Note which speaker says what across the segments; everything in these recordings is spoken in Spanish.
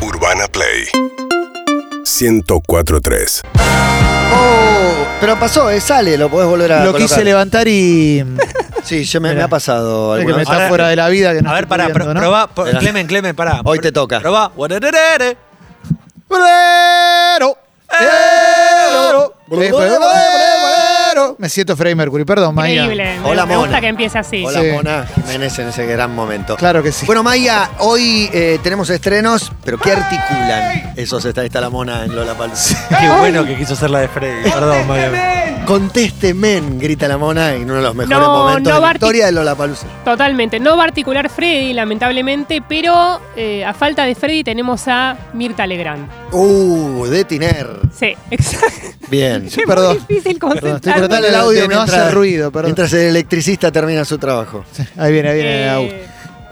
Speaker 1: Urbana Play 104.3
Speaker 2: Oh, pero pasó, eh, sale, lo podés volver a
Speaker 3: Lo quise
Speaker 2: colocar.
Speaker 3: levantar y. Es
Speaker 2: Sí, ya me, me
Speaker 3: Mirá.
Speaker 2: ha pasado
Speaker 3: que
Speaker 2: alguna vez.
Speaker 3: metáfora de la vida. Que no
Speaker 4: A ver,
Speaker 3: estoy
Speaker 4: pará,
Speaker 3: pudiendo,
Speaker 4: pro-
Speaker 3: ¿no?
Speaker 4: probá, pro-
Speaker 2: Espera.
Speaker 4: Clemen, Clemen, pará.
Speaker 2: Hoy
Speaker 4: Pr-
Speaker 2: te toca.
Speaker 4: Probá. Guarerere.
Speaker 3: Bolero.
Speaker 4: Eh,
Speaker 2: ¡Eh!
Speaker 3: Bolero.
Speaker 2: Bolero.
Speaker 3: Bolero. Me siento Freddie Mercury, perdón, Maya.
Speaker 5: Increíble. Me,
Speaker 2: Hola,
Speaker 5: me
Speaker 2: Mona.
Speaker 5: gusta que empiece así.
Speaker 2: Hola,
Speaker 3: Sí.
Speaker 2: Mona Jiménez en ese gran momento.
Speaker 3: Claro que sí.
Speaker 2: Bueno, Maya, hoy eh, tenemos estrenos, pero ¿qué articulan? Esos está, está la Mona en Lola
Speaker 4: Qué bueno que quiso ser la de Freddy. Perdón, Maya.
Speaker 2: Contésteme, grita la Mona en uno de los mejores
Speaker 5: No,
Speaker 2: momentos de
Speaker 5: no va
Speaker 2: la
Speaker 5: a artic-
Speaker 2: historia de Lola Palusa.
Speaker 5: Totalmente. No va a articular Freddy, lamentablemente, pero eh, a falta de Freddy tenemos a Mirta Legrand.
Speaker 2: Uh, de Tiner.
Speaker 5: Sí, exacto.
Speaker 2: Bien.
Speaker 3: Sí, perdón.
Speaker 5: Es difícil
Speaker 3: Perdón, estoy
Speaker 5: concentrarme.
Speaker 3: tratando
Speaker 2: Cortale
Speaker 3: el audio, no hace ruido, perdón.
Speaker 2: mientras el electricista termina su trabajo.
Speaker 3: Ahí viene, ahí viene
Speaker 5: Eh,
Speaker 3: la U.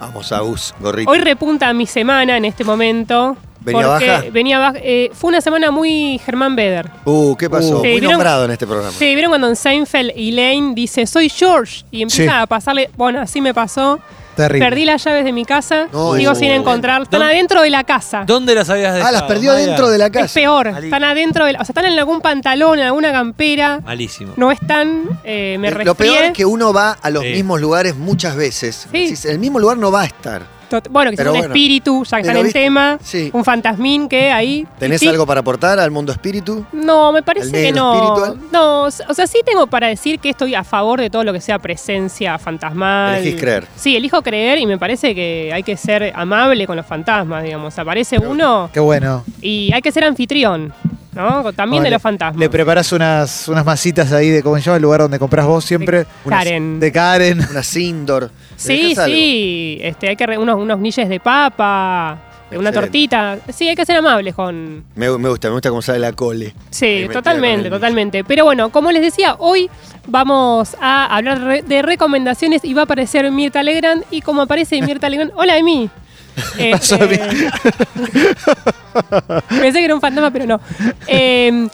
Speaker 2: Vamos a Us, gorrito.
Speaker 5: hoy repunta mi semana en este momento.
Speaker 2: ¿Venía
Speaker 5: porque
Speaker 2: baja?
Speaker 5: venía baja- eh, fue una semana muy Germán Beder.
Speaker 2: Uh, ¿qué pasó?
Speaker 3: Uh.
Speaker 5: Sí,
Speaker 2: Muy
Speaker 5: ¿vieron?
Speaker 2: nombrado en este programa.
Speaker 5: Sí, ¿vieron cuando en Seinfeld Elaine dice, soy George? Y empieza
Speaker 3: Sí.
Speaker 5: a pasarle, bueno, así me pasó.
Speaker 3: Terrible.
Speaker 5: Perdí las llaves de mi casa,
Speaker 2: No,
Speaker 5: sigo
Speaker 2: eso-
Speaker 5: sin encontrar. Están
Speaker 4: ¿Dónde-
Speaker 5: adentro de la casa.
Speaker 4: ¿Dónde las habías dejado?
Speaker 2: Ah, las perdió
Speaker 4: Maya?
Speaker 2: dentro de la
Speaker 5: Es
Speaker 2: casa.
Speaker 5: peor.
Speaker 4: Malísimo.
Speaker 5: Están adentro de la- O sea, están en algún pantalón, en alguna campera.
Speaker 4: Malísimo.
Speaker 5: No están. eh, me
Speaker 2: Eh, Lo
Speaker 5: resfrié.
Speaker 2: peor es que uno va a los
Speaker 4: Sí.
Speaker 2: mismos lugares muchas veces.
Speaker 5: Sí.
Speaker 2: Decís, el mismo lugar no va a estar.
Speaker 5: Tot- Bueno, que es un
Speaker 2: Pero bueno.
Speaker 5: espíritu, ya que
Speaker 2: Pero
Speaker 5: están en
Speaker 2: viste-
Speaker 5: tema.
Speaker 2: sí.
Speaker 5: Un fantasmín que ahí.
Speaker 2: ¿Tenés
Speaker 5: sí.
Speaker 2: algo para aportar al mundo espíritu?
Speaker 5: No, me parece
Speaker 2: ¿Al
Speaker 5: que
Speaker 2: negro
Speaker 5: no.
Speaker 2: espiritual?
Speaker 5: No, o sea, sí tengo para decir que estoy a favor de todo lo que sea presencia fantasmal.
Speaker 2: Elegís creer.
Speaker 5: Sí, elijo creer y me parece que hay que ser amable con los fantasmas, digamos. Aparece uno
Speaker 3: Qué bueno.
Speaker 5: y hay que ser anfitrión, ¿no?
Speaker 3: Bueno,
Speaker 5: También de
Speaker 3: le-
Speaker 5: los fantasmas.
Speaker 3: Le preparás unas, unas masitas ahí de, ¿cómo se llama? El lugar donde compras vos siempre.
Speaker 5: Karen.
Speaker 3: De Karen.
Speaker 2: Una Sindor.
Speaker 5: Sí, sí, este, hay que re- unos, unos niches de papa, eh, una
Speaker 2: Excelente.
Speaker 5: tortita. Sí, hay que ser amables con.
Speaker 2: Me, me gusta, me gusta cómo sale la cole. Ahí
Speaker 5: Sí,
Speaker 2: metida con
Speaker 5: totalmente,
Speaker 2: el
Speaker 5: totalmente. Pero bueno, como les decía, hoy vamos a hablar re- de recomendaciones y va a aparecer Mirta Legrand. Y como aparece Mirta Legrand, hola de mí.
Speaker 2: Ah,
Speaker 5: pensé que era un fantasma, pero no. Eh,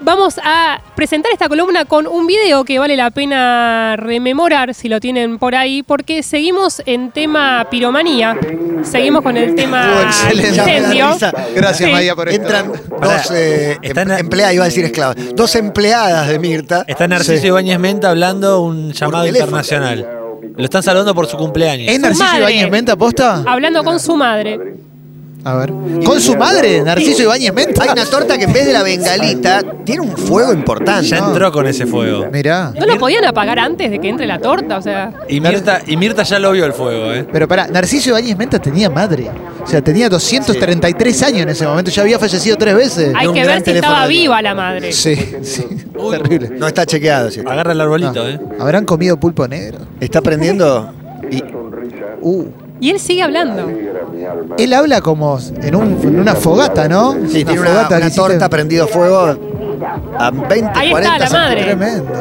Speaker 5: vamos a presentar esta columna con un video que vale la pena rememorar, si lo tienen por ahí, porque seguimos en tema piromanía, seguimos con el
Speaker 3: Estuvo
Speaker 5: tema
Speaker 3: Oh, excelente.
Speaker 5: Ah, incendio.
Speaker 2: Ya me da risa.
Speaker 3: Gracias,
Speaker 5: Sí.
Speaker 3: Maya, por esto.
Speaker 2: Entran
Speaker 4: Pará,
Speaker 2: dos eh,
Speaker 4: están
Speaker 2: em-
Speaker 4: a-
Speaker 2: empleadas, iba a decir esclavas, dos empleadas de Mirta.
Speaker 4: Está Narciso Ibáñez Menta hablando un llamado
Speaker 2: teléfono.
Speaker 4: internacional. Lo están saludando por su cumpleaños.
Speaker 3: ¿Es Narciso
Speaker 5: madre.
Speaker 3: Ibáñez Menta, posta?
Speaker 5: Hablando con su madre.
Speaker 3: A ver. ¿Con su madre? Narciso Ibáñez Menta.
Speaker 2: Hay una torta que en vez de la bengalita tiene un fuego importante.
Speaker 4: Ya entró con ese fuego.
Speaker 3: Mirá.
Speaker 5: ¿No lo podían apagar antes de que entre la torta? O sea,
Speaker 4: Y Mirta, y Mirta ya lo vio el fuego, ¿eh?
Speaker 3: Pero pará, Narciso Ibáñez Menta tenía madre. O sea, tenía 233 años en ese momento. Ya había fallecido tres veces.
Speaker 5: hay
Speaker 2: un
Speaker 5: que
Speaker 2: gran
Speaker 5: ver si
Speaker 2: teléfono
Speaker 5: estaba
Speaker 2: de-
Speaker 5: viva la madre.
Speaker 3: Sí, sí. Terrible.
Speaker 2: No está chequeado. si está.
Speaker 4: Agarra el arbolito,
Speaker 3: Ah.
Speaker 4: ¿eh?
Speaker 3: ¿Habrán comido pulpo negro?
Speaker 2: Está prendiendo. Y,
Speaker 3: Uh.
Speaker 5: Y él sigue hablando.
Speaker 3: Él habla como en, un- en una fogata, ¿no?
Speaker 2: sí, tiene una,
Speaker 3: fogata que
Speaker 2: una
Speaker 3: hiciste-
Speaker 2: torta prendido fuego a 20,
Speaker 5: Ahí está
Speaker 2: 40
Speaker 5: la madre.
Speaker 3: Tremendo.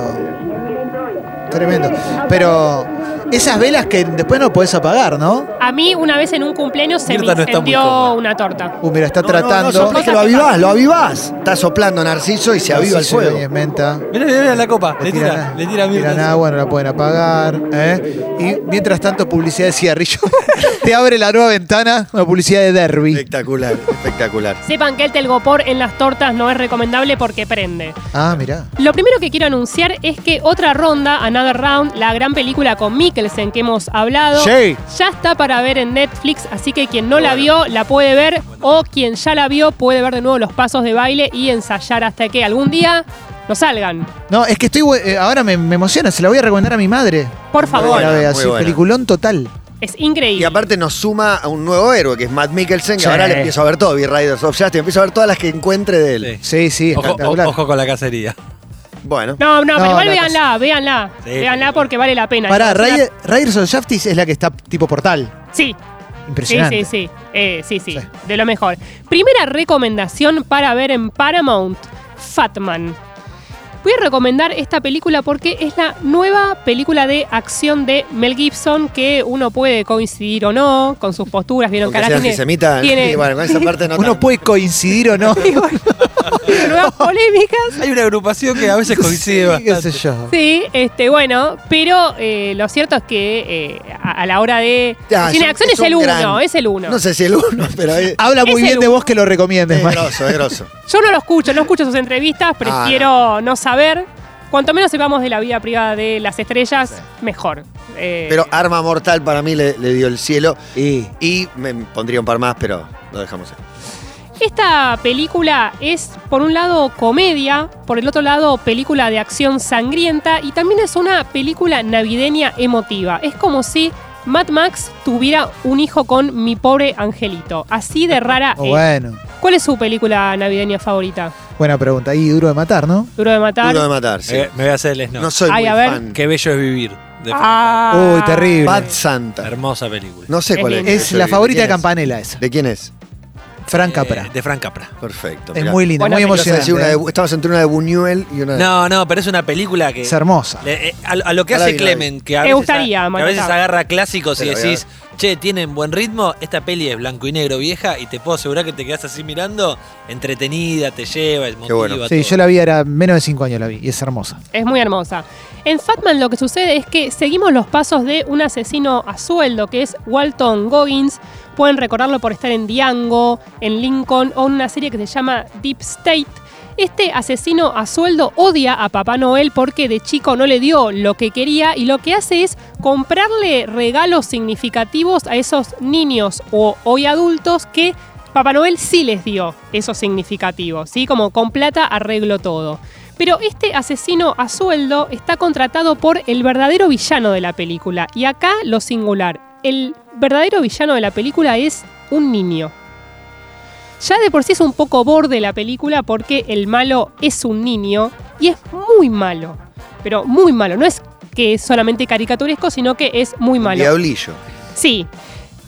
Speaker 3: Tremendo. Pero esas velas que después no podés apagar, ¿no?
Speaker 5: A mí una vez en un cumpleaños se me
Speaker 4: Mirta no está muy cómoda.
Speaker 5: incendió una torta.
Speaker 3: Uh, mira, está
Speaker 2: No, no, No,
Speaker 3: tratando.
Speaker 2: sopla que lo
Speaker 5: Cosas que
Speaker 2: avivás,
Speaker 5: pasan.
Speaker 2: lo avivás. Está soplando Narciso y se aviva el
Speaker 3: Narciso
Speaker 2: fuego.
Speaker 3: Ibáñez Menta.
Speaker 4: Mirá, mirá, mirá la copa. Le tira,
Speaker 3: nada.
Speaker 4: le tira
Speaker 3: Tira
Speaker 4: a Mirta.
Speaker 3: nada, bueno, la pueden apagar. ¿eh? Y mientras tanto, publicidad de cigarrillo. Te abre la nueva ventana, una publicidad de derby.
Speaker 2: Espectacular, espectacular.
Speaker 5: Sepan que el telgopor en las tortas no es recomendable porque prende.
Speaker 3: Ah, mirá.
Speaker 5: Lo primero que quiero anunciar es que otra ronda, Another Round, la gran película con Mikkelsen que hemos hablado,
Speaker 3: Sí.
Speaker 5: ya está para ver en Netflix, así que quien no la vio la puede ver o quien ya la vio puede ver de nuevo los pasos de baile y ensayar hasta que algún día nos salgan.
Speaker 3: No, es que estoy. bu- eh, ahora me, me emociona, se la voy a recomendar a mi madre. Para
Speaker 5: Por favor,
Speaker 3: que la
Speaker 2: buena,
Speaker 3: vea,
Speaker 2: Ah, muy
Speaker 3: sí,
Speaker 2: buena.
Speaker 3: peliculón total.
Speaker 5: es increíble.
Speaker 2: Y aparte nos suma a un nuevo héroe, que es Matt Mikkelsen, que
Speaker 3: Sí.
Speaker 2: ahora le empiezo a ver todo, B-Riders of Justice, empiezo a ver todas las que encuentre de él.
Speaker 3: Sí,
Speaker 4: Sí.
Speaker 3: sí,
Speaker 4: Ojo,
Speaker 3: espectacular.
Speaker 4: o- ojo con la cacería.
Speaker 2: Bueno,
Speaker 5: no, no,
Speaker 3: No,
Speaker 5: pero igual
Speaker 3: la
Speaker 5: véanla, véanla,
Speaker 4: Sí.
Speaker 5: véanla porque vale la pena.
Speaker 3: Pará,
Speaker 5: Es una-
Speaker 3: Riders Riders of Justice es la que está tipo portal.
Speaker 5: Sí, Sí,
Speaker 3: Impresionante.
Speaker 5: sí, sí. Eh, sí, sí,
Speaker 3: Sí.
Speaker 5: De lo mejor. Primera recomendación para ver en Paramount: Fatman. Voy a recomendar esta película porque es la nueva película de acción de Mel Gibson que uno puede coincidir o no con sus posturas. Vieron
Speaker 2: aunque
Speaker 5: ahora
Speaker 2: sea
Speaker 5: tiene-
Speaker 2: antisemita,
Speaker 5: tiene-
Speaker 2: y bueno, con esa parte no
Speaker 3: Uno
Speaker 2: tanto.
Speaker 3: puede coincidir o no.
Speaker 5: nuevas polémicas.
Speaker 4: Hay una agrupación que a veces coincide
Speaker 3: Sí, qué
Speaker 4: bastante.
Speaker 3: sé yo.
Speaker 5: Sí, este, bueno, pero eh, lo cierto es que eh, a, a la hora de.
Speaker 2: Ya, Ah, es un-
Speaker 5: Sin
Speaker 2: Ah,
Speaker 5: acción es,
Speaker 2: un
Speaker 5: el
Speaker 2: gran-
Speaker 5: uno, es el uno.
Speaker 2: No sé si el uno, pero es,
Speaker 3: Habla muy
Speaker 5: Es
Speaker 3: bien
Speaker 5: el
Speaker 3: de
Speaker 5: uno.
Speaker 3: vos que lo recomiendes,
Speaker 2: es
Speaker 3: Mike.
Speaker 2: grosso, es grosso.
Speaker 5: Yo no lo escucho, no escucho sus
Speaker 2: Ah,
Speaker 5: entrevistas, prefiero no. saber. Cuanto menos sepamos de la vida privada de las estrellas, mejor. Eh,
Speaker 2: Pero ah. Arma Mortal para mí le, le dio el cielo.
Speaker 3: Y
Speaker 2: Y me pondría un par más, pero lo dejamos ahí.
Speaker 5: Esta película es, por un lado, comedia, por el otro lado, película de acción sangrienta y también es una película navideña emotiva. Es como si Mad Max tuviera un hijo con mi pobre angelito. Así de rara es.
Speaker 3: Oh, bueno,
Speaker 5: ¿Cuál es su película navideña favorita?
Speaker 3: buena pregunta. Y duro de matar, ¿no?
Speaker 5: Duro de matar.
Speaker 2: Uno de matar, sí.
Speaker 3: Eh,
Speaker 4: Me, me voy a hacer el snow.
Speaker 2: No soy
Speaker 5: Ay,
Speaker 2: muy
Speaker 5: a ver.
Speaker 2: fan.
Speaker 4: Qué bello es vivir. de
Speaker 5: Ah.
Speaker 3: Uy, terrible.
Speaker 2: Bad Santa.
Speaker 4: Hermosa película.
Speaker 2: No sé
Speaker 5: Es
Speaker 2: cuál es.
Speaker 5: linda.
Speaker 3: Es
Speaker 2: Yo
Speaker 3: la
Speaker 2: soy-
Speaker 3: favorita de
Speaker 2: quién es?
Speaker 3: Campanella esa.
Speaker 2: ¿De quién es?
Speaker 3: Fran
Speaker 4: Eh,
Speaker 3: Capra.
Speaker 4: de Frank Capra.
Speaker 2: Perfecto.
Speaker 3: Es
Speaker 2: mirá.
Speaker 3: muy linda,
Speaker 5: Buena
Speaker 3: muy
Speaker 5: película.
Speaker 2: Ibas a decir una
Speaker 3: emocionante. ¿eh?
Speaker 2: de Bu- Estabas entre una de Buñuel y una de.
Speaker 4: No, no, pero es una película que.
Speaker 3: Es hermosa.
Speaker 4: le- eh, a, a lo que
Speaker 2: Ya la
Speaker 4: hace
Speaker 2: vi, la
Speaker 4: Clement, que a,
Speaker 5: Me
Speaker 4: veces,
Speaker 5: gustaría,
Speaker 4: a- que a
Speaker 5: Matatá.
Speaker 4: veces agarra clásicos y
Speaker 2: Pero,
Speaker 4: decís, che, tienen buen ritmo, esta peli es blanco y negro vieja y te puedo asegurar que te quedás así mirando, entretenida, te lleva, es motiva.
Speaker 2: bueno.
Speaker 3: Sí,
Speaker 4: todo.
Speaker 3: yo la vi, era menos de 5 años la vi, y es hermosa.
Speaker 5: Es muy hermosa. En Fatman lo que sucede es que seguimos los pasos de un asesino a sueldo que es Walton Goggins. Pueden recordarlo por estar en Diango, en Lincoln o en una serie que se llama Deep State. Este asesino a sueldo odia a Papá Noel porque de chico no le dio lo que quería y lo que hace es comprarle regalos significativos a esos niños o hoy adultos que Papá Noel sí les dio esos significativos, ¿sí? Como con plata arreglo todo. Pero este asesino a sueldo está contratado por el verdadero villano de la película. Y acá lo singular. El verdadero villano de la película es un niño. Ya de por sí es un poco borde la película porque el malo es un niño y es muy malo. Pero muy malo. No es que es solamente caricaturesco, sino que es muy malo.
Speaker 2: Diablillo.
Speaker 5: Sí.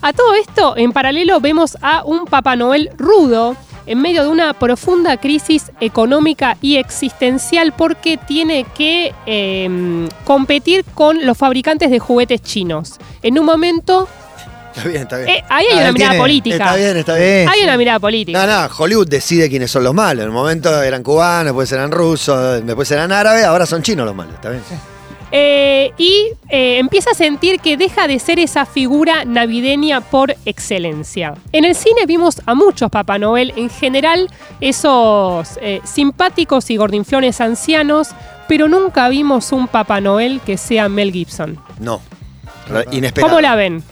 Speaker 5: A todo esto, en paralelo, vemos a un Papá Noel rudo en medio de una profunda crisis económica y existencial porque tiene que eh, competir con los fabricantes de juguetes chinos. En un momento,
Speaker 2: Está bien, está bien.
Speaker 5: eh, ahí hay
Speaker 3: Ah,
Speaker 5: una
Speaker 3: él
Speaker 5: mirada
Speaker 3: tiene-
Speaker 5: política.
Speaker 2: Está bien, está bien.
Speaker 3: Eh,
Speaker 5: Hay una mirada política.
Speaker 2: No, no, Hollywood decide quiénes son los malos. En el momento eran cubanos, después eran rusos, después eran árabes, ahora son chinos los malos, ¿está bien?
Speaker 5: Eh, y eh, empieza a sentir que deja de ser esa figura navideña por excelencia. En el cine vimos a muchos Papá Noel, en general esos eh, simpáticos y gordinflones ancianos, pero nunca vimos un Papá Noel que sea Mel Gibson.
Speaker 2: No. Re- Inesperado.
Speaker 5: ¿Cómo la ven?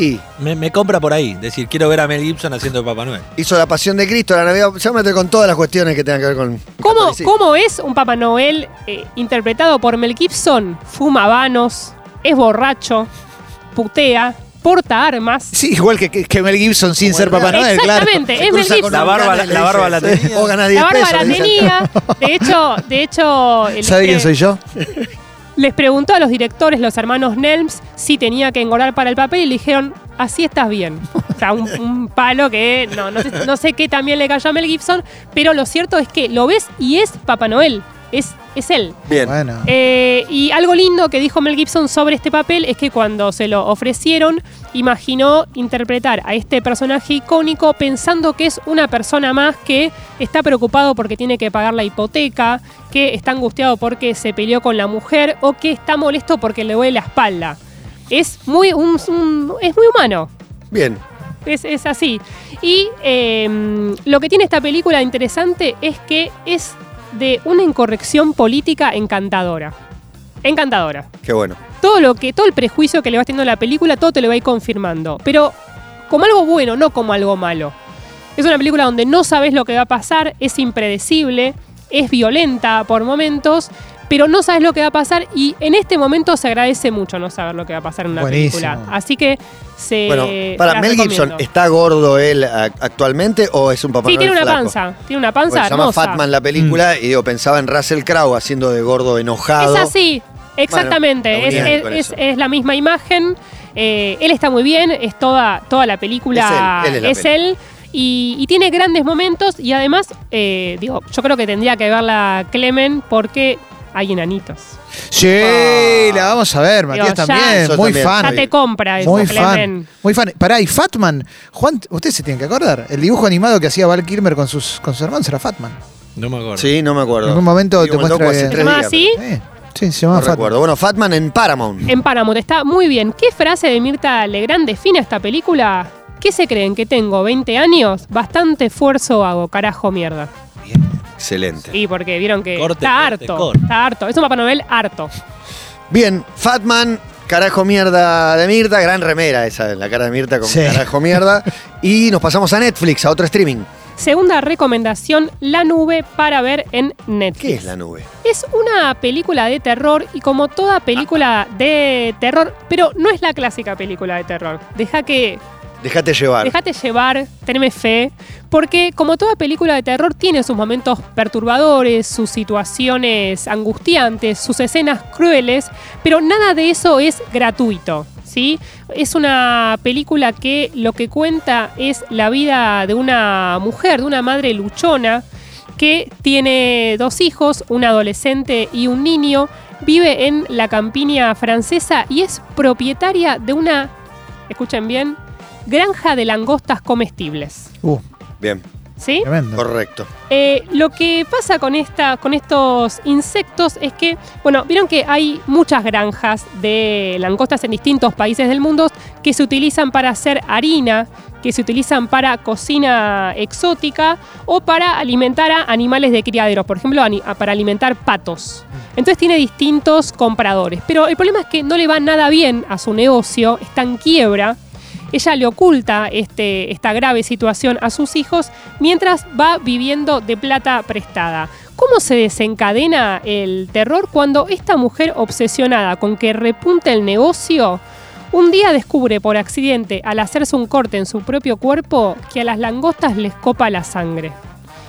Speaker 2: Y
Speaker 4: Me, me compra por ahí, decir, quiero ver a Mel Gibson haciendo de Papá Noel.
Speaker 2: hizo la pasión de Cristo, la Navidad. Se va a meter con todas las cuestiones que tengan que ver con.
Speaker 5: ¿Cómo,
Speaker 2: catolicismo.
Speaker 5: cómo es un Papá Noel eh, interpretado por Mel Gibson? Fuma habanos, es borracho, putea, porta armas.
Speaker 3: Sí, igual que, que- que Mel Gibson sin
Speaker 2: Como
Speaker 3: ser
Speaker 2: el
Speaker 3: Papá
Speaker 2: rey.
Speaker 3: Noel, claro.
Speaker 5: Exactamente,
Speaker 2: Se
Speaker 5: es Mel
Speaker 2: cruza con
Speaker 5: Gibson.
Speaker 4: La
Speaker 2: un
Speaker 4: barba-
Speaker 2: cana y le
Speaker 4: la barba
Speaker 2: dice,
Speaker 4: la tenía.
Speaker 2: O ganas 10
Speaker 5: La barba
Speaker 2: pesos.
Speaker 5: la
Speaker 2: le dice.
Speaker 5: tenía. De hecho, de hecho les,
Speaker 3: ¿Sabe
Speaker 5: pre-
Speaker 3: quién soy yo?
Speaker 5: les preguntó a los directores, los hermanos Nelms, si tenía que engordar para el papel y le dijeron, así estás bien. O sea, un, un palo que no, no, sé, no sé qué también le cayó a Mel Gibson, pero lo cierto es que lo ves y es Papá Noel. Es, es él.
Speaker 2: Bien.
Speaker 3: Bueno.
Speaker 5: Eh, y algo lindo que dijo Mel Gibson sobre este papel es que cuando se lo ofrecieron, imaginó interpretar a este personaje icónico pensando que es una persona más que está preocupado porque tiene que pagar la hipoteca, que está angustiado porque se peleó con la mujer o que está molesto porque le duele la espalda. Es muy, un- un- es muy humano.
Speaker 2: Bien.
Speaker 5: Es, es así. Y eh, lo que tiene esta película interesante es que es de una incorrección política encantadora. Encantadora.
Speaker 2: Qué bueno.
Speaker 5: Todo lo que, todo el prejuicio que le vas teniendo a la película, todo te lo va a ir confirmando. Pero como algo bueno, no como algo malo. Es una película donde no sabes lo que va a pasar, es impredecible, es violenta por momentos, pero no sabes lo que va a pasar y en este momento se agradece mucho no saber lo que va a pasar en una
Speaker 3: Buenísimo.
Speaker 5: película. Así que se
Speaker 2: bueno, para
Speaker 5: las
Speaker 2: Mel Gibson,
Speaker 5: Eh, recomiendo.
Speaker 2: ¿está gordo él a- actualmente o es un papá
Speaker 5: Sí,
Speaker 2: Noel
Speaker 5: tiene una
Speaker 2: flaco?
Speaker 5: panza. Tiene una
Speaker 2: Porque
Speaker 5: panza
Speaker 2: se llama
Speaker 5: hermosa.
Speaker 2: Fatman la película
Speaker 3: Mm.
Speaker 2: y digo, pensaba en Russell Crowe haciendo de gordo enojado.
Speaker 5: Es así, exactamente.
Speaker 2: Bueno,
Speaker 5: es,
Speaker 2: está bien
Speaker 5: es-
Speaker 2: con
Speaker 5: es-
Speaker 2: eso.
Speaker 5: es la misma imagen. Eh, él está muy bien, es toda, toda la película.
Speaker 2: Es él, él es la peli.
Speaker 5: él, y, y tiene grandes momentos. Y además, eh, digo, yo creo que tendría que verla Clemen porque hay enanitos.
Speaker 3: Sí, la vamos a ver, Matías
Speaker 5: Digo, ya-
Speaker 3: también.
Speaker 2: Yo
Speaker 3: Muy
Speaker 2: también
Speaker 5: Ya
Speaker 3: fan.
Speaker 5: te compra eso,
Speaker 3: Muy
Speaker 5: Clemen.
Speaker 3: fan. Muy fan. Pará, y Fatman. Juan, ustedes se tienen que acordar. El dibujo animado que hacía Val Kilmer con sus, con sus hermanos era Fatman.
Speaker 4: No me acuerdo.
Speaker 2: Sí, no me acuerdo.
Speaker 3: En algún momento
Speaker 2: Digo,
Speaker 3: te
Speaker 2: como el
Speaker 3: muestra
Speaker 2: loco hace
Speaker 3: que-
Speaker 2: tres
Speaker 5: ¿Más
Speaker 2: días,
Speaker 5: así?
Speaker 2: pero
Speaker 3: Eh, sí, se
Speaker 2: No
Speaker 3: llama Fat-
Speaker 2: recuerdo. Bueno, Fatman en Paramount.
Speaker 5: En Paramount está muy bien. ¿Qué frase de Mirta Legrand define esta película? ¿Qué se creen? ¿Que tengo 20 años? Bastante esfuerzo hago, carajo mierda.
Speaker 2: Excelente.
Speaker 5: Y porque vieron que
Speaker 4: Corte,
Speaker 5: está
Speaker 4: corte,
Speaker 5: harto.
Speaker 4: corte.
Speaker 5: Está harto. Es un Papá Noel harto.
Speaker 2: Bien, Fatman, carajo mierda de Mirta, gran remera esa, la cara de Mirta con
Speaker 3: Sí.
Speaker 2: carajo mierda. Y nos pasamos a Netflix, a otro streaming.
Speaker 5: Segunda recomendación, La Nube para ver en Netflix.
Speaker 2: ¿Qué es la nube?
Speaker 5: Es una película de terror y como toda película de terror, pero no es la clásica película de terror. Deja que
Speaker 2: Déjate llevar.
Speaker 5: Déjate llevar, teneme fe, porque como toda película de terror tiene sus momentos perturbadores, sus situaciones angustiantes, sus escenas crueles, pero nada de eso es gratuito. ¿Sí? Es una película que lo que cuenta es la vida de una mujer, de una madre luchona, que tiene dos hijos, un adolescente y un niño, vive en la campiña francesa y es propietaria de una, escuchen bien, granja de langostas comestibles.
Speaker 3: Uh,
Speaker 2: Bien,
Speaker 5: ¿Sí?
Speaker 3: tremendo.
Speaker 2: correcto.
Speaker 5: Eh, lo que pasa con, esta, con estos insectos es que, bueno, vieron que hay muchas granjas de langostas en distintos países del mundo que se utilizan para hacer harina, que se utilizan para cocina exótica o para alimentar a animales de criaderos, por ejemplo, ani- a- para alimentar patos. Entonces tiene distintos compradores, pero el problema es que no le va nada bien a su negocio, está en quiebra. Ella le oculta este, esta grave situación a sus hijos mientras va viviendo de plata prestada. ¿Cómo se desencadena el terror cuando esta mujer obsesionada con que repunte el negocio un día descubre por accidente al hacerse un corte en su propio cuerpo que a las langostas les copa la sangre?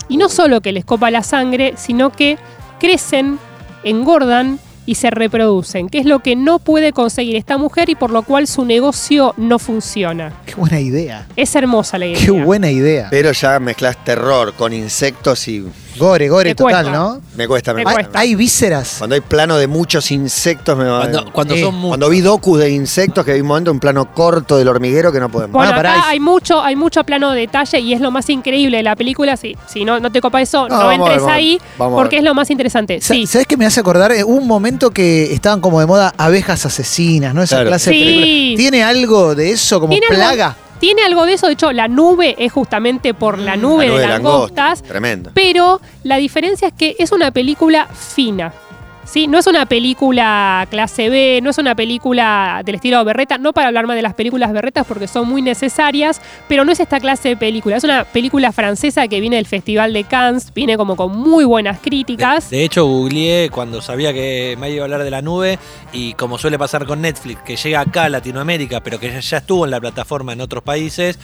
Speaker 5: Y no solo que les copa la sangre, sino que crecen, engordan y se reproducen, que es lo que no puede conseguir esta mujer y por lo cual su negocio no funciona.
Speaker 3: Qué buena idea.
Speaker 5: Es hermosa la idea.
Speaker 3: Qué buena idea.
Speaker 2: Pero ya mezclas terror con insectos y
Speaker 3: Gore, gore
Speaker 5: Te
Speaker 3: total,
Speaker 5: cuesta.
Speaker 3: ¿no?
Speaker 2: me cuesta. Me
Speaker 5: Te
Speaker 3: Hay,
Speaker 2: cuesta.
Speaker 5: cuesta.
Speaker 3: hay vísceras.
Speaker 2: Cuando hay plano de muchos insectos me va
Speaker 4: Cuando, cuando
Speaker 3: Sí.
Speaker 4: son muchos.
Speaker 2: Cuando vi docus de insectos, que vi un momento un plano corto del hormiguero que no podemos.
Speaker 5: Bueno,
Speaker 3: Ah, pará,
Speaker 5: acá
Speaker 3: y-
Speaker 5: hay mucho, hay mucho plano de detalle y es lo más increíble de la película. Si, si no, no te copa
Speaker 2: No,
Speaker 5: eso, no,
Speaker 2: Ah, vamos a ver,
Speaker 5: entres
Speaker 2: vamos a ver,
Speaker 5: ahí
Speaker 2: vamos a
Speaker 5: porque
Speaker 2: ver.
Speaker 5: es lo más interesante.
Speaker 3: Sa-
Speaker 5: Sí.
Speaker 3: ¿Sabes qué me hace acordar? Eh, un momento que estaban como de moda abejas asesinas, ¿no? Esa
Speaker 2: Claro.
Speaker 3: clase
Speaker 5: Sí.
Speaker 3: de película. ¿Tiene algo de eso como
Speaker 5: ¿Tiene algo-
Speaker 3: plaga?
Speaker 5: tiene algo de eso, de hecho, la nube es justamente por la nube,
Speaker 2: Mm, La
Speaker 5: de
Speaker 2: langosta,
Speaker 5: langostas,
Speaker 2: Tremendo.
Speaker 5: pero la diferencia es que es una película fina. ¿Sí? No es una película clase B, no es una película del estilo berreta, no para hablar más de las películas berretas porque son muy necesarias, pero no es esta clase de película. Es una película francesa que viene del Festival de Cannes, viene como con muy
Speaker 4: De,
Speaker 5: buenas críticas.
Speaker 4: de hecho, googleé cuando sabía que me iba a hablar de la nube y como suele pasar con Netflix, que llega acá a Latinoamérica, pero que ya, ya estuvo en la plataforma en otros países,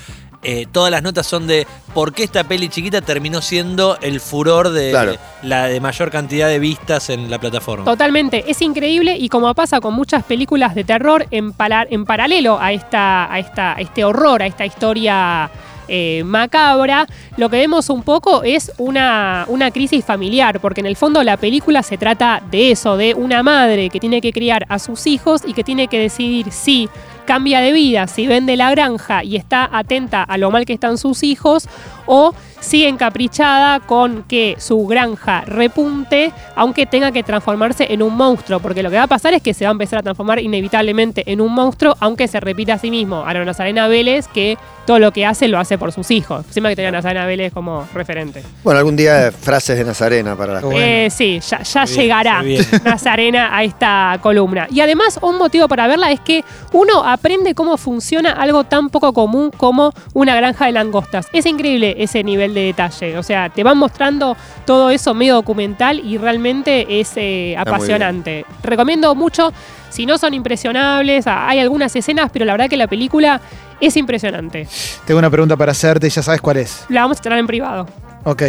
Speaker 4: eh, todas las notas son de por qué esta peli chiquita terminó siendo el furor de
Speaker 2: Claro.
Speaker 4: la de mayor cantidad de vistas en la plataforma.
Speaker 5: Totalmente, es increíble y como pasa con muchas películas de terror, en, pala- en paralelo a, esta, a, esta, a este horror, a esta historia eh, macabra, lo que vemos un poco es una, una crisis familiar, porque en el fondo la película se trata de eso, de una madre que tiene que criar a sus hijos y que tiene que decidir si cambia de vida, si vende la granja y está atenta a lo mal que están sus hijos, o sigue encaprichada con que su granja repunte, aunque tenga que transformarse en un monstruo, porque lo que va a pasar es que se va a empezar a transformar inevitablemente en un monstruo, aunque se repita a sí mismo. A la Nazarena Vélez, que todo lo que hace lo hace por sus hijos. Siempre que tenía a Nazarena Vélez como referente.
Speaker 2: Bueno, algún día eh, frases de Nazarena
Speaker 4: Oh.
Speaker 2: para la
Speaker 3: Qué bueno.
Speaker 5: Eh, sí, ya, ya
Speaker 4: Se viene,
Speaker 5: llegará
Speaker 4: se viene.
Speaker 5: Nazarena a esta columna. Y además, un motivo para verla es que uno aprende cómo funciona algo tan poco común como una granja de langostas. Es increíble ese nivel de detalle. O sea, te van mostrando todo eso medio documental y realmente es eh,
Speaker 2: muy bien.
Speaker 5: apasionante. Recomiendo mucho. Si no son impresionables, a- hay algunas escenas, pero la verdad que la película es impresionante.
Speaker 3: Tengo una pregunta para hacerte y ya sabes cuál es.
Speaker 5: La vamos a tratar en privado.
Speaker 3: Ok.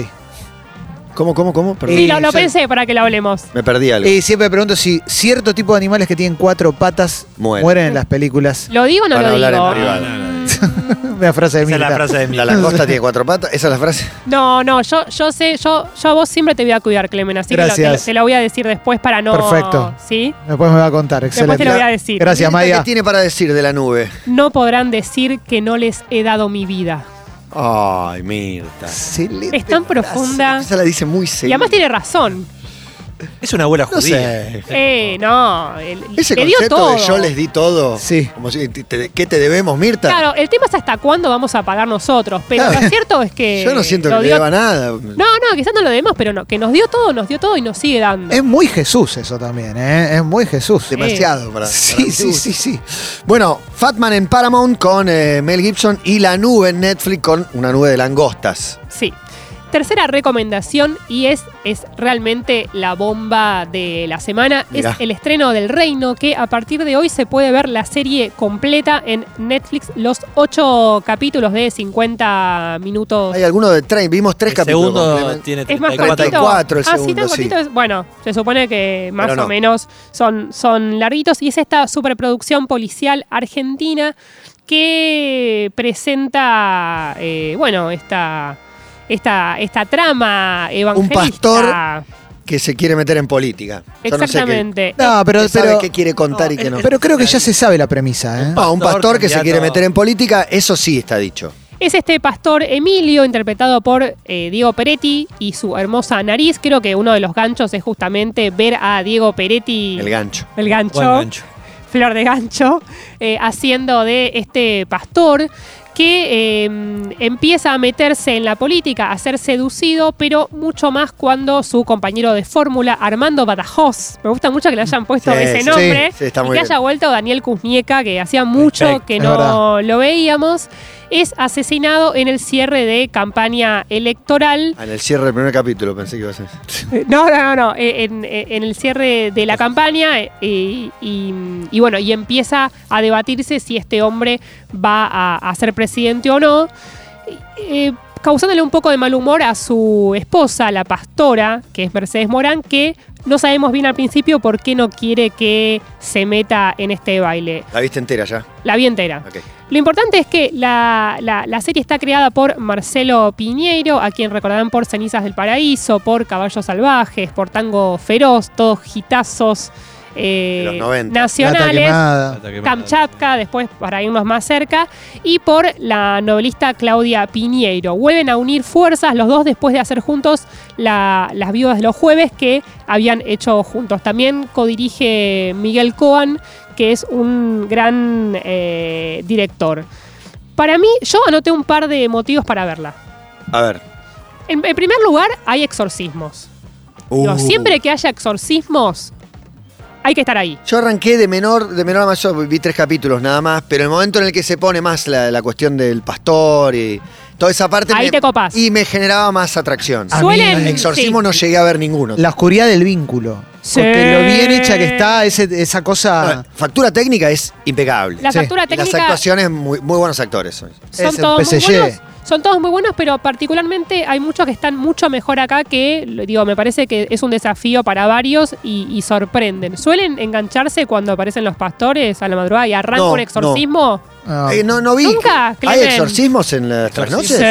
Speaker 2: ¿Cómo, cómo, cómo? Perdón.
Speaker 5: Sí,
Speaker 3: Eh,
Speaker 5: lo, lo
Speaker 3: ya-
Speaker 5: pensé para que la hablemos.
Speaker 2: Me perdí algo.
Speaker 3: Y Eh, siempre pregunto si cierto tipo de animales que tienen cuatro patas
Speaker 2: Mueren.
Speaker 3: mueren, en las películas.
Speaker 5: ¿Lo digo o no
Speaker 2: Van a
Speaker 5: lo
Speaker 2: hablar en
Speaker 5: digo?
Speaker 2: privado.
Speaker 3: Una frase de
Speaker 4: Esa es la
Speaker 3: Mirta.
Speaker 4: frase de mi
Speaker 2: La langosta tiene cuatro patas. Esa es la frase.
Speaker 5: No, no, yo, yo sé, yo, yo a vos siempre te voy a cuidar, Clemen, así que lo- te,
Speaker 3: Gracias.
Speaker 5: lo- te lo voy a decir después para no.
Speaker 3: Perfecto.
Speaker 5: ¿Sí?
Speaker 3: Después me va a contar, excelente.
Speaker 5: te lo voy a decir.
Speaker 3: Gracias,
Speaker 2: Mirta, ¿Qué
Speaker 3: Maya.
Speaker 2: tiene para decir de la nube?
Speaker 5: No podrán decir que no les he dado mi vida.
Speaker 2: Ay, Mirta.
Speaker 3: Excelente.
Speaker 5: Es tan
Speaker 3: frase.
Speaker 5: profunda.
Speaker 2: Esa la dice muy
Speaker 5: Y
Speaker 2: seria.
Speaker 5: además tiene razón.
Speaker 4: Es una abuela
Speaker 2: No
Speaker 4: judía.
Speaker 2: sé.
Speaker 5: Eh, no. el-
Speaker 2: Ese
Speaker 5: le dio
Speaker 2: concepto
Speaker 5: todo.
Speaker 2: de yo les di todo.
Speaker 3: Sí.
Speaker 2: Como si, te- te- ¿Qué te debemos, Mirta?
Speaker 5: Claro, el tema es hasta cuándo vamos a pagar nosotros. Pero
Speaker 2: Claro.
Speaker 5: lo cierto es que.
Speaker 2: Yo no siento
Speaker 5: eh, lo
Speaker 2: que le
Speaker 5: dio-
Speaker 2: deba nada.
Speaker 5: No, no, quizás no lo demos, pero no, que nos dio todo, nos dio todo y nos sigue dando.
Speaker 3: Es muy Jesús eso también, ¿eh? Es muy Jesús.
Speaker 2: Demasiado para. para
Speaker 3: Sí,
Speaker 2: mi
Speaker 3: sí,
Speaker 2: gusto.
Speaker 3: sí, sí.
Speaker 2: Bueno, Fatman en Paramount con eh, Mel Gibson y La Nube en Netflix con una nube de langostas.
Speaker 5: Sí. Tercera recomendación, y es, es realmente la bomba de la semana,
Speaker 2: Mirá.
Speaker 5: es el estreno del Reino, que a partir de hoy se puede ver la serie completa en Netflix, los ocho capítulos de 50 minutos.
Speaker 2: Hay alguno de tres, vimos tres
Speaker 4: El
Speaker 2: capítulos.
Speaker 4: segundo
Speaker 2: complemen-
Speaker 4: tiene
Speaker 5: Es más
Speaker 4: 34.
Speaker 5: cortito.
Speaker 2: 34 el
Speaker 5: ah, sí,
Speaker 2: segundo,
Speaker 5: tan
Speaker 2: sí.
Speaker 5: cortito. es- Bueno, se supone que más
Speaker 2: Pero no.
Speaker 5: o menos son, son larguitos. Y es esta superproducción policial argentina que presenta, eh, bueno, esta, esta, esta trama evangelista.
Speaker 2: pastor que se quiere meter en política. Yo no sé qué-
Speaker 5: Exactamente.
Speaker 3: No, pero,
Speaker 2: que sabe
Speaker 3: pero,
Speaker 2: qué quiere contar y qué no.
Speaker 3: pero creo que ya se sabe la premisa, ¿eh?
Speaker 2: Ah, un pastor que se
Speaker 4: Pastor,
Speaker 2: quiere
Speaker 4: candidato.
Speaker 2: meter en política, eso sí está dicho.
Speaker 5: Es este pastor Emilio, interpretado por eh, Diego Peretti y su hermosa nariz. Creo que uno de los ganchos es justamente ver a Diego Peretti.
Speaker 2: El gancho.
Speaker 5: el gancho.
Speaker 4: Buen gancho.
Speaker 5: Flor de Gancho, eh, haciendo de este pastor que eh, empieza a meterse en la política, a ser seducido, pero mucho más cuando su compañero de fórmula, Armando Badajoz, me gusta mucho que le hayan puesto
Speaker 2: Sí,
Speaker 5: ese
Speaker 2: sí,
Speaker 5: nombre,
Speaker 2: sí, está
Speaker 5: y
Speaker 2: muy
Speaker 5: que
Speaker 2: bien.
Speaker 5: haya vuelto Daniel Kuznieka, que hacía mucho
Speaker 4: Perfecto,
Speaker 5: que
Speaker 3: es
Speaker 5: no
Speaker 3: verdad.
Speaker 5: lo veíamos, es asesinado en el cierre de campaña electoral.
Speaker 2: Ah, En el cierre del primer capítulo pensé que iba a ser.
Speaker 5: Eh, No, no, no, no. eh, En, eh, en el cierre de la campaña eh, y, y- y bueno, y empieza a debatirse si este hombre va a, a ser presidente o no, eh, causándole un poco de mal humor a su esposa, la pastora, que es Mercedes Morán, que no sabemos bien al principio por qué no quiere que se meta en este baile.
Speaker 2: La viste entera ya.
Speaker 5: La vi entera.
Speaker 2: Ok.
Speaker 5: Lo importante es que la, la- la serie está creada por Marcelo Piñeiro, a quien recordarán por Cenizas del Paraíso, por Caballos Salvajes, por Tango Feroz, todos gitazos eh,
Speaker 2: De los 90.
Speaker 3: Plata
Speaker 5: nacionales.
Speaker 3: quemada.
Speaker 5: Kamchatka, después para irnos más cerca, y por la novelista Claudia Piñeiro. Vuelven a unir fuerzas los dos después de hacer juntos la- Las Viudas de los Jueves, que habían hecho juntos. También codirige Miguel Coan, que es un gran eh, director. Para mí, yo anoté un par de motivos para verla.
Speaker 2: A ver.
Speaker 5: En, en primer lugar, hay exorcismos. Digo,
Speaker 2: Uh.
Speaker 5: siempre que haya exorcismos, hay que estar ahí.
Speaker 2: Yo arranqué de menor, de menor a mayor, vi tres capítulos nada más, pero el momento en el que se pone más la, la cuestión del pastor y toda esa parte.
Speaker 5: Ahí
Speaker 2: me-
Speaker 5: te copás.
Speaker 2: Y me generaba más atracción.
Speaker 3: A mí,
Speaker 5: Suelen.
Speaker 2: Exorcismo
Speaker 5: sí.
Speaker 2: no llegué a ver ninguno.
Speaker 3: La oscuridad del vínculo.
Speaker 5: Sí.
Speaker 3: Porque lo bien hecha que está ese- esa
Speaker 2: Ah,
Speaker 3: cosa.
Speaker 2: Factura técnica es impecable.
Speaker 5: La
Speaker 3: Sí.
Speaker 5: factura
Speaker 2: Y las
Speaker 5: técnica.
Speaker 2: actuaciones, muy, muy buenos actores. hoy.
Speaker 5: son
Speaker 3: Es el
Speaker 5: todos muy
Speaker 3: PSG.
Speaker 5: buenos. Son todos muy buenos, pero particularmente hay muchos que están mucho mejor acá que, lo- digo, me parece que es un desafío para varios y, y sorprenden. ¿Suelen engancharse cuando aparecen los pastores a la madrugada y arranca
Speaker 2: No,
Speaker 5: un exorcismo?
Speaker 3: Ah.
Speaker 2: Eh, no, no vi.
Speaker 5: Nunca,
Speaker 2: ¿Hay
Speaker 5: Clemen.
Speaker 2: exorcismos en las trasnoches?
Speaker 5: Sí.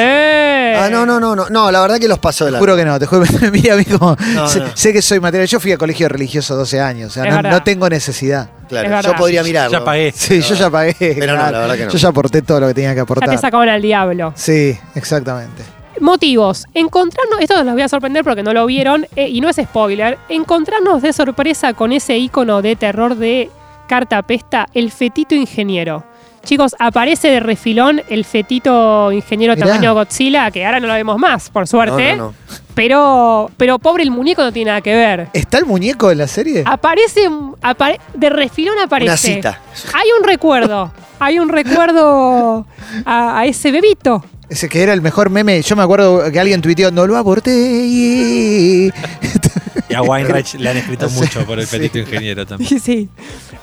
Speaker 2: Ah, no, no, no, no. No, la verdad que los paso de
Speaker 3: Te
Speaker 2: la.
Speaker 3: juro que no, te juro que mira, amigo.
Speaker 2: No,
Speaker 3: sé,
Speaker 2: no.
Speaker 3: sé que soy material. Yo fui a colegio religioso 12 años, o sea,
Speaker 5: Es
Speaker 3: no,
Speaker 5: verdad.
Speaker 3: no tengo necesidad.
Speaker 5: Es
Speaker 2: Claro,
Speaker 5: verdad.
Speaker 2: yo podría mirarlo.
Speaker 4: Ya pagué.
Speaker 3: Sí, yo ya pagué.
Speaker 2: Pero no, la verdad que no.
Speaker 3: Yo ya aporté todo lo que tenía que
Speaker 5: Ya te
Speaker 3: aportar.
Speaker 5: sacaban al diablo.
Speaker 3: Sí, exactamente.
Speaker 5: Motivos. Encontrarnos, esto los voy a sorprender porque no lo vieron eh, y no es spoiler. Encontrarnos de sorpresa con ese icono de terror de carta pesta, el fetito ingeniero. Chicos, aparece de refilón el fetito ingeniero
Speaker 3: Mirá.
Speaker 5: tamaño Godzilla, que ahora no lo vemos más, por suerte.
Speaker 2: No, no, no.
Speaker 5: Pero, pero pobre el muñeco no tiene nada que ver.
Speaker 3: ¿Está el muñeco de la serie?
Speaker 5: Ah. Aparece, apare- de refilón aparece.
Speaker 2: Una cita.
Speaker 5: Hay un recuerdo, hay un recuerdo a- a ese bebito.
Speaker 3: Ese que era el mejor meme. Yo me acuerdo que alguien tuiteó, no lo aborté. y-".
Speaker 4: Y a Weinreich le han escrito
Speaker 3: Sí,
Speaker 4: mucho por el
Speaker 3: sí.
Speaker 4: petito ingeniero también.
Speaker 5: Sí, sí.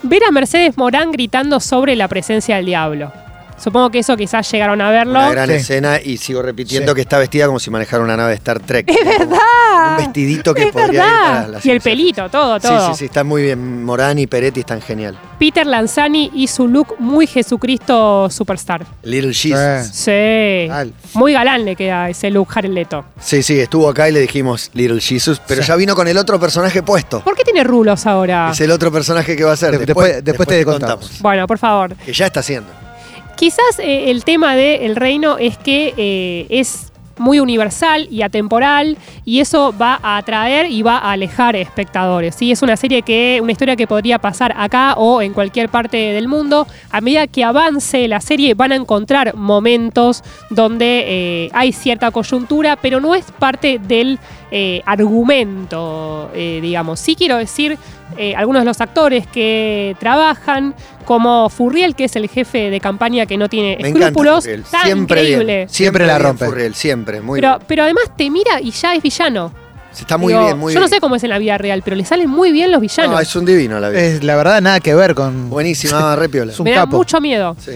Speaker 5: Ver a Mercedes Morán gritando sobre la presencia del diablo. Supongo que eso quizás llegaron a verlo.
Speaker 2: Una gran
Speaker 3: Sí.
Speaker 2: escena y sigo repitiendo
Speaker 3: Sí.
Speaker 2: que está vestida como si manejara una nave de Star Trek.
Speaker 5: Es
Speaker 2: Un
Speaker 5: verdad.
Speaker 2: vestidito que
Speaker 5: Ah, es
Speaker 2: podría ir para
Speaker 5: verdad.
Speaker 2: las
Speaker 5: y el
Speaker 2: ciencias.
Speaker 5: pelito, todo,
Speaker 2: Sí,
Speaker 5: todo.
Speaker 2: sí, sí, está muy bien. Morán y Peretti están genial.
Speaker 5: Peter Lanzani y su look muy Jesucristo superstar.
Speaker 2: Little Jesus.
Speaker 5: Sí.
Speaker 3: Al.
Speaker 5: Muy galán le queda ese look Jared Leto.
Speaker 2: Sí, sí, estuvo acá y le dijimos Little Jesus, pero ya vino con el otro personaje puesto.
Speaker 5: ¿Por qué tiene rulos ahora?
Speaker 2: Es el otro personaje que va a ser.
Speaker 3: De- después- después te contamos.
Speaker 5: Bueno, por favor.
Speaker 2: Que ya está haciendo.
Speaker 5: Quizás eh, el tema del reino es que eh, es muy universal y atemporal y eso va a atraer y va a alejar espectadores. ¿sí? Es una serie que, una historia que podría pasar acá o en cualquier parte del mundo. A medida que avance la serie van a encontrar momentos donde eh, hay cierta coyuntura, pero no es parte del eh, argumento, eh, digamos. Sí quiero decir eh, algunos de los actores que trabajan, como Furriel, que es el jefe de campaña que no tiene
Speaker 2: Me encanta
Speaker 5: escrúpulos.
Speaker 2: Furriel.
Speaker 5: Está
Speaker 2: Siempre bien.
Speaker 5: increíble.
Speaker 3: Siempre la
Speaker 2: bien,
Speaker 3: rompe.
Speaker 2: Furriel, siempre, muy
Speaker 5: Pero,
Speaker 2: bien.
Speaker 5: pero además te mira y ya es villano.
Speaker 2: Se Está muy
Speaker 5: Digo,
Speaker 2: bien, muy bien.
Speaker 5: yo no sé cómo es en la vida real, pero le salen muy bien los villanos.
Speaker 2: No, es un divino la vida.
Speaker 3: Es, la verdad, nada que ver con.
Speaker 2: Buenísima, re piola.
Speaker 3: Es un
Speaker 5: Me da
Speaker 3: capo.
Speaker 5: mucho miedo.
Speaker 2: Sí.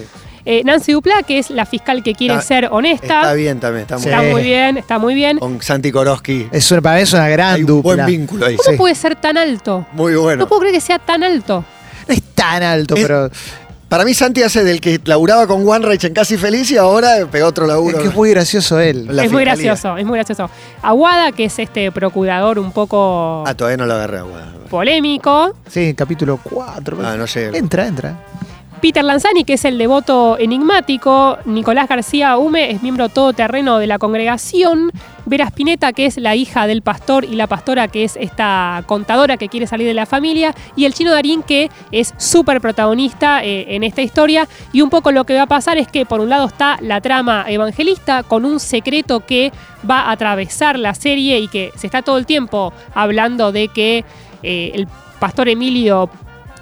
Speaker 5: Eh, Nancy Dupla, que es la fiscal que quiere
Speaker 2: Está-
Speaker 5: ser honesta.
Speaker 2: Ah, Está bien también, está muy
Speaker 5: Está
Speaker 3: Sí.
Speaker 5: muy bien, está muy bien.
Speaker 2: Con Santi Koroski.
Speaker 3: Es una- para mí es una gran
Speaker 2: Hay un
Speaker 3: dupla.
Speaker 2: buen vínculo ahí.
Speaker 5: ¿Cómo
Speaker 3: sí.
Speaker 5: puede ser tan alto?
Speaker 2: Muy bueno.
Speaker 5: No puedo creer que sea tan alto.
Speaker 3: No es tan alto,
Speaker 2: Es-
Speaker 3: pero.
Speaker 2: Para mí Santi hace del que laburaba con One Rage en Casi Feliz y ahora pegó otro laburo.
Speaker 3: Es que es muy gracioso él.
Speaker 2: La
Speaker 5: es
Speaker 2: fiscalía.
Speaker 5: muy gracioso, es muy gracioso. Aguada, que es este procurador un poco
Speaker 2: Ah, todavía no lo agarré. bueno.
Speaker 5: polémico.
Speaker 3: Sí, capítulo 4.
Speaker 2: Ah, no sé.
Speaker 3: Entra, entra.
Speaker 5: Peter Lanzani, que es el devoto enigmático. Nicolás García Hume es miembro todoterreno de la congregación. Vera Spinetta, que es la hija del pastor y la pastora, que es esta contadora que quiere salir de la familia. Y el chino Darín, que es súper protagonista eh, en esta historia. Y un poco lo que va a pasar es que, por un lado, está la trama evangelista con un secreto que va a atravesar la serie y que se está todo el tiempo hablando de que eh, el pastor Emilio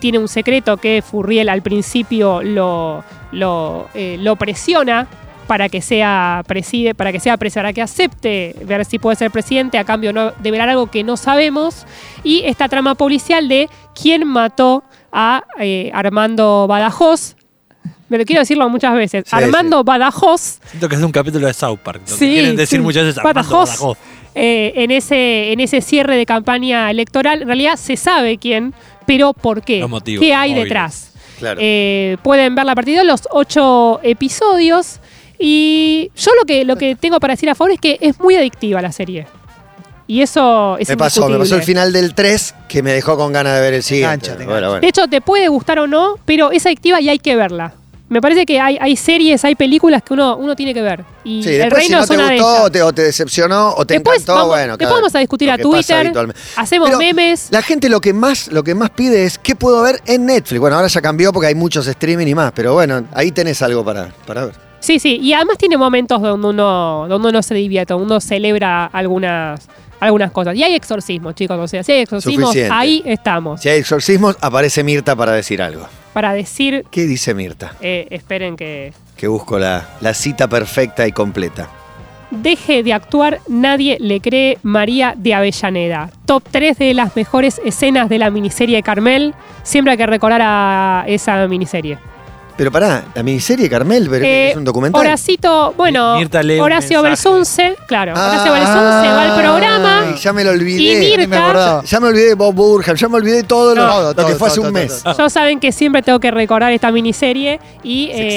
Speaker 5: tiene un secreto que Furriel al principio lo, lo, eh, lo presiona para que sea preside, para que sea presi- para que acepte ver si puede ser presidente, a cambio no, de velar algo que no sabemos. Y esta trama policial de quién mató a eh, Armando Badajoz. Me lo quiero decirlo muchas veces.
Speaker 2: Sí,
Speaker 5: Armando Badajoz
Speaker 4: Siento que es de un capítulo de South Park. Lo que
Speaker 5: Sí,
Speaker 4: quieren decir
Speaker 5: sí.
Speaker 4: muchas veces Armando
Speaker 5: Badajoz.
Speaker 4: Badajoz.
Speaker 5: eh, en, ese, en ese cierre de campaña electoral. En realidad se sabe quién, pero por qué.
Speaker 4: Los motivos,
Speaker 5: ¿Qué hay
Speaker 4: móviles.
Speaker 5: detrás?
Speaker 2: Claro.
Speaker 5: Eh, pueden ver la partida, los ocho episodios. Y yo lo que, lo que tengo para decir a favor es que es muy adictiva la serie. Y eso es
Speaker 2: me pasó, me pasó el
Speaker 5: indiscutible.
Speaker 2: final del 3 que me dejó con ganas de ver el siguiente.
Speaker 3: engancha, te
Speaker 2: Bueno,
Speaker 5: De
Speaker 2: bueno.
Speaker 5: hecho, te puede gustar o no, pero es adictiva y hay que verla. Me parece que hay, hay series, hay películas que uno, uno tiene que ver. Y
Speaker 2: Sí,
Speaker 5: el
Speaker 2: después si
Speaker 5: reino
Speaker 2: no
Speaker 5: es
Speaker 2: te
Speaker 5: una de
Speaker 2: gustó
Speaker 5: ellas.
Speaker 2: o te, o te decepcionó o te
Speaker 5: Después,
Speaker 2: encantó,
Speaker 5: vamos,
Speaker 2: bueno.
Speaker 5: después
Speaker 2: claro,
Speaker 5: vamos a discutir
Speaker 2: lo
Speaker 5: a
Speaker 2: que pasa
Speaker 5: Twitter,
Speaker 2: habitualmente.
Speaker 5: hacemos
Speaker 2: Pero
Speaker 5: memes.
Speaker 2: La gente lo que más lo que más pide es qué puedo ver en Netflix. Bueno, ahora ya cambió porque hay muchos streaming y más, pero bueno, ahí tenés algo para, para ver.
Speaker 5: Sí, sí, y además tiene momentos donde uno, donde uno se divierte, donde uno celebra algunas, algunas cosas. Y hay exorcismos, chicos, o sea, si hay exorcismos,
Speaker 2: Suficiente.
Speaker 5: ahí estamos.
Speaker 2: Si hay exorcismos, aparece Mirta para decir algo.
Speaker 5: Para decir,
Speaker 2: ¿Qué dice Mirta?
Speaker 5: eh, esperen que
Speaker 2: Que busco la, la cita perfecta y completa.
Speaker 5: deje de actuar, nadie le cree María de Avellaneda. Top 3 de las mejores escenas de la miniserie Carmel. Siempre hay que recordar a esa miniserie.
Speaker 2: Pero pará, la miniserie Carmel, pero
Speaker 5: Eh,
Speaker 2: es un documental.
Speaker 5: Horacito, bueno,
Speaker 4: Mi- Mirta lee un
Speaker 5: Horacio
Speaker 4: mensaje.
Speaker 5: Belsunce, claro, Horacio
Speaker 2: Ah,
Speaker 5: Belsunce va al programa.
Speaker 2: ay, ya me lo
Speaker 5: Y
Speaker 2: olvidé.
Speaker 5: Mirta-
Speaker 3: Ni me acordaba.
Speaker 2: Ya me olvidé de Bob Burham, ya me olvidé todo lo,
Speaker 3: No.
Speaker 2: lo
Speaker 3: Todo,
Speaker 2: que fue hace
Speaker 3: todo,
Speaker 2: un
Speaker 3: todo,
Speaker 2: mes.
Speaker 3: todo,
Speaker 5: Yo saben que siempre tengo que recordar esta miniserie y
Speaker 2: Es
Speaker 5: eh,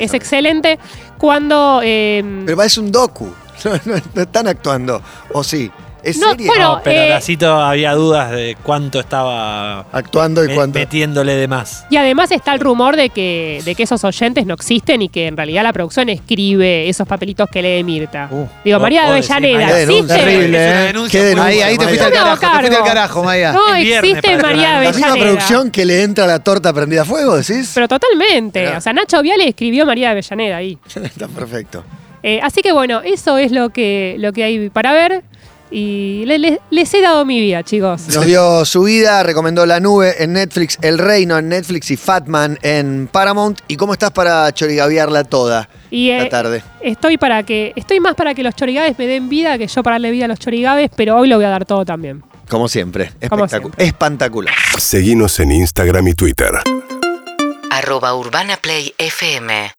Speaker 5: es,
Speaker 2: excelente,
Speaker 5: excelente,
Speaker 2: ¿sabes?
Speaker 5: Cuando. eh,
Speaker 2: Pero es un docu. No, no- no están actuando. O sí. Es
Speaker 5: No,
Speaker 2: serie.
Speaker 5: bueno.
Speaker 4: No, pero
Speaker 5: eh,
Speaker 4: Horacito había dudas de cuánto estaba
Speaker 2: Actuando y
Speaker 4: me-
Speaker 2: cuando.
Speaker 4: metiéndole de más.
Speaker 5: y además está el rumor de que, de que esos oyentes no existen y que en realidad la producción escribe esos papelitos que lee Mirta.
Speaker 3: Uh.
Speaker 5: Digo,
Speaker 4: Vos-
Speaker 5: María de
Speaker 4: vos decís,
Speaker 5: Avellaneda,
Speaker 4: María
Speaker 2: de Dulce.
Speaker 5: ¿existe?
Speaker 3: Terrible,
Speaker 4: Es una
Speaker 3: ¿eh?
Speaker 4: denuncia
Speaker 2: Qué
Speaker 4: por
Speaker 2: denuncia.
Speaker 3: Ahí, ahí te
Speaker 2: Maya.
Speaker 3: fuiste al
Speaker 5: Yo me hago
Speaker 3: carajo, te fuiste al
Speaker 5: cargo.
Speaker 3: carajo, Maya.
Speaker 5: No
Speaker 4: El viernes,
Speaker 5: existe
Speaker 4: para
Speaker 5: María
Speaker 4: terminar.
Speaker 5: de
Speaker 2: La misma
Speaker 5: Avellaneda.
Speaker 2: producción que le entra la torta prendida a fuego, ¿decís?
Speaker 5: Pero totalmente.
Speaker 2: Mirá.
Speaker 5: O sea, Nacho Viale escribió María de Avellaneda ahí.
Speaker 2: Está perfecto.
Speaker 5: Eh, así que bueno, eso es lo que, lo que hay para ver. Y le- le- les he dado mi vida, chicos.
Speaker 2: Nos dio su vida, recomendó La Nube en Netflix, El Reino en Netflix y Fatman en Paramount. ¿Y cómo estás para chorigaviarla toda
Speaker 5: Y, eh,
Speaker 2: la tarde?
Speaker 5: Estoy para que. Estoy más para que los chorigabes me den vida que yo para darle vida a los chorigabes, pero hoy lo voy a dar todo también.
Speaker 2: Como siempre,
Speaker 5: como
Speaker 2: espectacu-
Speaker 5: siempre.
Speaker 2: espectacular.
Speaker 1: Seguinos en Instagram y Twitter.
Speaker 6: arroba urbanaplayfm